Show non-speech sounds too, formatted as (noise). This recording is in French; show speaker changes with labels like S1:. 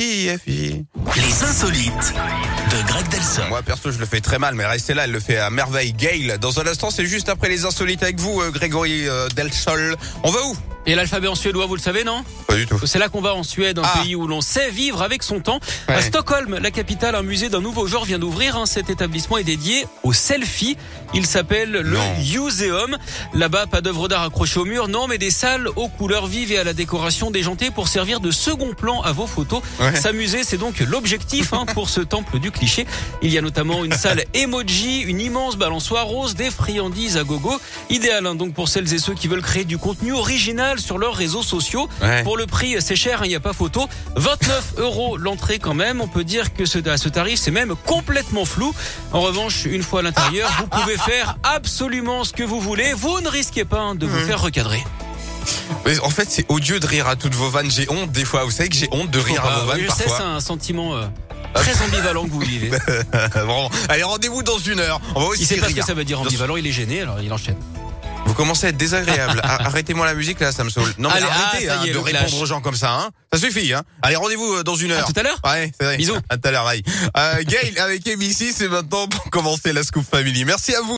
S1: ICDFG.
S2: Les insolites de Greg Delson.
S1: Moi, perso, je le fais très mal, mais restez là, elle le fait à merveille. Gail, dans un instant, c'est juste après les insolites avec vous, euh, Grégory euh, Delsol. On va où
S3: Et l'alphabet en suédois, vous le savez, non
S1: Pas du tout.
S3: C'est là qu'on va en Suède, un
S1: Ah.
S3: pays où l'on sait vivre avec son temps.
S1: Ouais.
S3: À Stockholm, la capitale, un musée d'un nouveau genre vient d'ouvrir. hein. Cet établissement est dédié au selfie. Il s'appelle le
S1: Non.
S3: Museum. Là-bas, pas d'œuvres d'art accrochées au mur, non, mais des salles aux couleurs vives et à la décoration déjantée pour servir de second plan à vos photos.
S1: Ouais.
S3: S'amuser, c'est donc l'objectif hein, pour ce temple du cliché. Il y a notamment une
S1: (laughs)
S3: salle emoji, une immense balançoire rose, des friandises à gogo. Idéal hein, donc pour celles et ceux qui veulent créer du contenu original sur leurs réseaux sociaux.
S1: Ouais.
S3: Pour le prix, c'est cher, hein, il n'y a pas photo. 29 euros l'entrée quand même. On peut dire que ce, à ce tarif, c'est même complètement flou. En revanche, une fois à l'intérieur, vous pouvez faire absolument ce que vous voulez. Vous ne risquez pas hein, de vous
S1: Mmh.
S3: faire recadrer.
S1: Mais en fait, c'est odieux de rire à toutes vos vannes. J'ai honte des fois. Vous savez que j'ai honte de rire à
S3: Bah,
S1: vos vannes
S3: je sais, c'est
S1: parfois. Ah. Bah,
S3: un sentiment euh, très ambivalent que
S1: (laughs)
S3: vous vivez.
S1: Vraiment. Allez, rendez-vous dans une heure. On va aussi
S3: Il sait pas ce que
S1: rire.
S3: ça veut dire ambivalent, il est gêné, alors il enchaîne.
S1: Vous commencez à être désagréable. Ar- Arrêtez-moi la musique là, ça me saoule. Non mais
S3: Allez,
S1: arrêtez
S3: ah, ça
S1: hein,
S3: y est,
S1: de
S3: le
S1: répondre
S3: clash.
S1: aux gens comme ça. Hein. Ça suffit. Hein. Allez, rendez-vous euh, dans une
S3: À
S1: heure.
S3: tout à l'heure
S1: Ouais, c'est vrai.
S3: Bisous.
S1: À tout à l'heure. aïe. Euh, Gail avec ABC, c'est maintenant pour commencer la Scoop Family. Merci à vous.